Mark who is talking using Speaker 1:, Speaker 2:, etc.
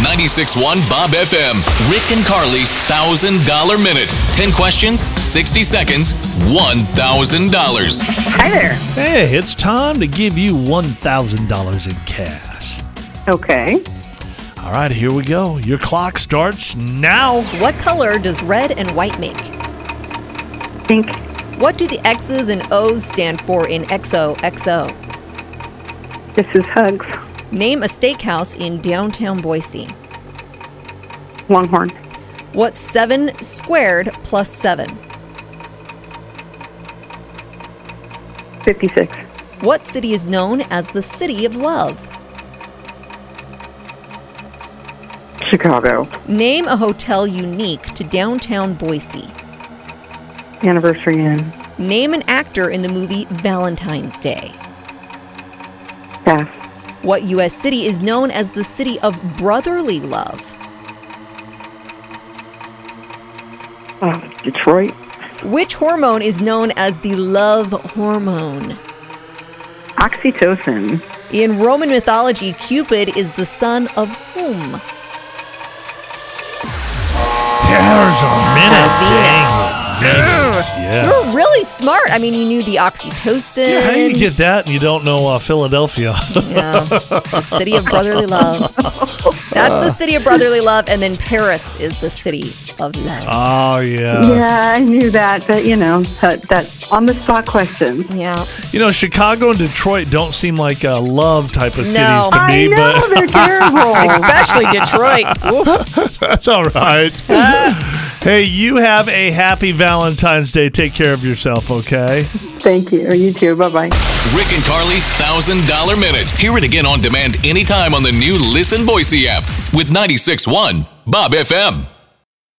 Speaker 1: 96.1 Bob FM. Rick and Carly's $1,000 Minute. 10 questions, 60 seconds, $1,000.
Speaker 2: Hi there.
Speaker 3: Hey, it's time to give you $1,000 in cash.
Speaker 2: Okay.
Speaker 3: All right, here we go. Your clock starts now.
Speaker 4: What color does red and white make?
Speaker 2: Think
Speaker 4: What do the X's and O's stand for in XOXO?
Speaker 2: this is Hugs.
Speaker 4: Name a steakhouse in downtown Boise.
Speaker 2: Longhorn.
Speaker 4: What's 7 squared plus 7?
Speaker 2: 56.
Speaker 4: What city is known as the City of Love?
Speaker 2: Chicago.
Speaker 4: Name a hotel unique to downtown Boise.
Speaker 2: Anniversary Inn.
Speaker 4: Name an actor in the movie Valentine's Day.
Speaker 2: Pass.
Speaker 4: What U.S. city is known as the City of Brotherly Love?
Speaker 2: Oh, Detroit.
Speaker 4: Which hormone is known as the love hormone?
Speaker 2: Oxytocin.
Speaker 4: In Roman mythology, Cupid is the son of whom?
Speaker 3: There's a minute.
Speaker 4: Venus.
Speaker 3: Dang it, Venus. Yeah.
Speaker 4: You're Oh, really smart. I mean, you knew the oxytocin.
Speaker 3: Yeah, How do you get that and you don't know uh, Philadelphia?
Speaker 4: Yeah. the city of brotherly love. That's the city of brotherly love, and then Paris is the city of love.
Speaker 3: oh, yeah.
Speaker 2: Yeah, I knew that, but you know, that, that on the spot question.
Speaker 4: Yeah.
Speaker 3: You know, Chicago and Detroit don't seem like uh, love type of
Speaker 4: No.
Speaker 3: cities to
Speaker 2: I
Speaker 3: me,
Speaker 2: know,
Speaker 3: but
Speaker 2: they're terrible.
Speaker 4: Especially Detroit. Woo.
Speaker 3: that's all right. hey, you have a happy Valentine's Day. Take care of yourself, okay?
Speaker 2: Thank you. You too. Bye bye.
Speaker 1: Rick and Carly's $1,000 Minute. Hear it again on demand anytime on the new Listen Boise app with 96.1 Bob FM.